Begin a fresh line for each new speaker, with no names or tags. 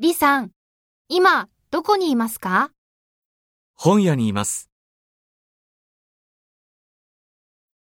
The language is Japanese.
李さん、今、どこにいますか
本屋にいます。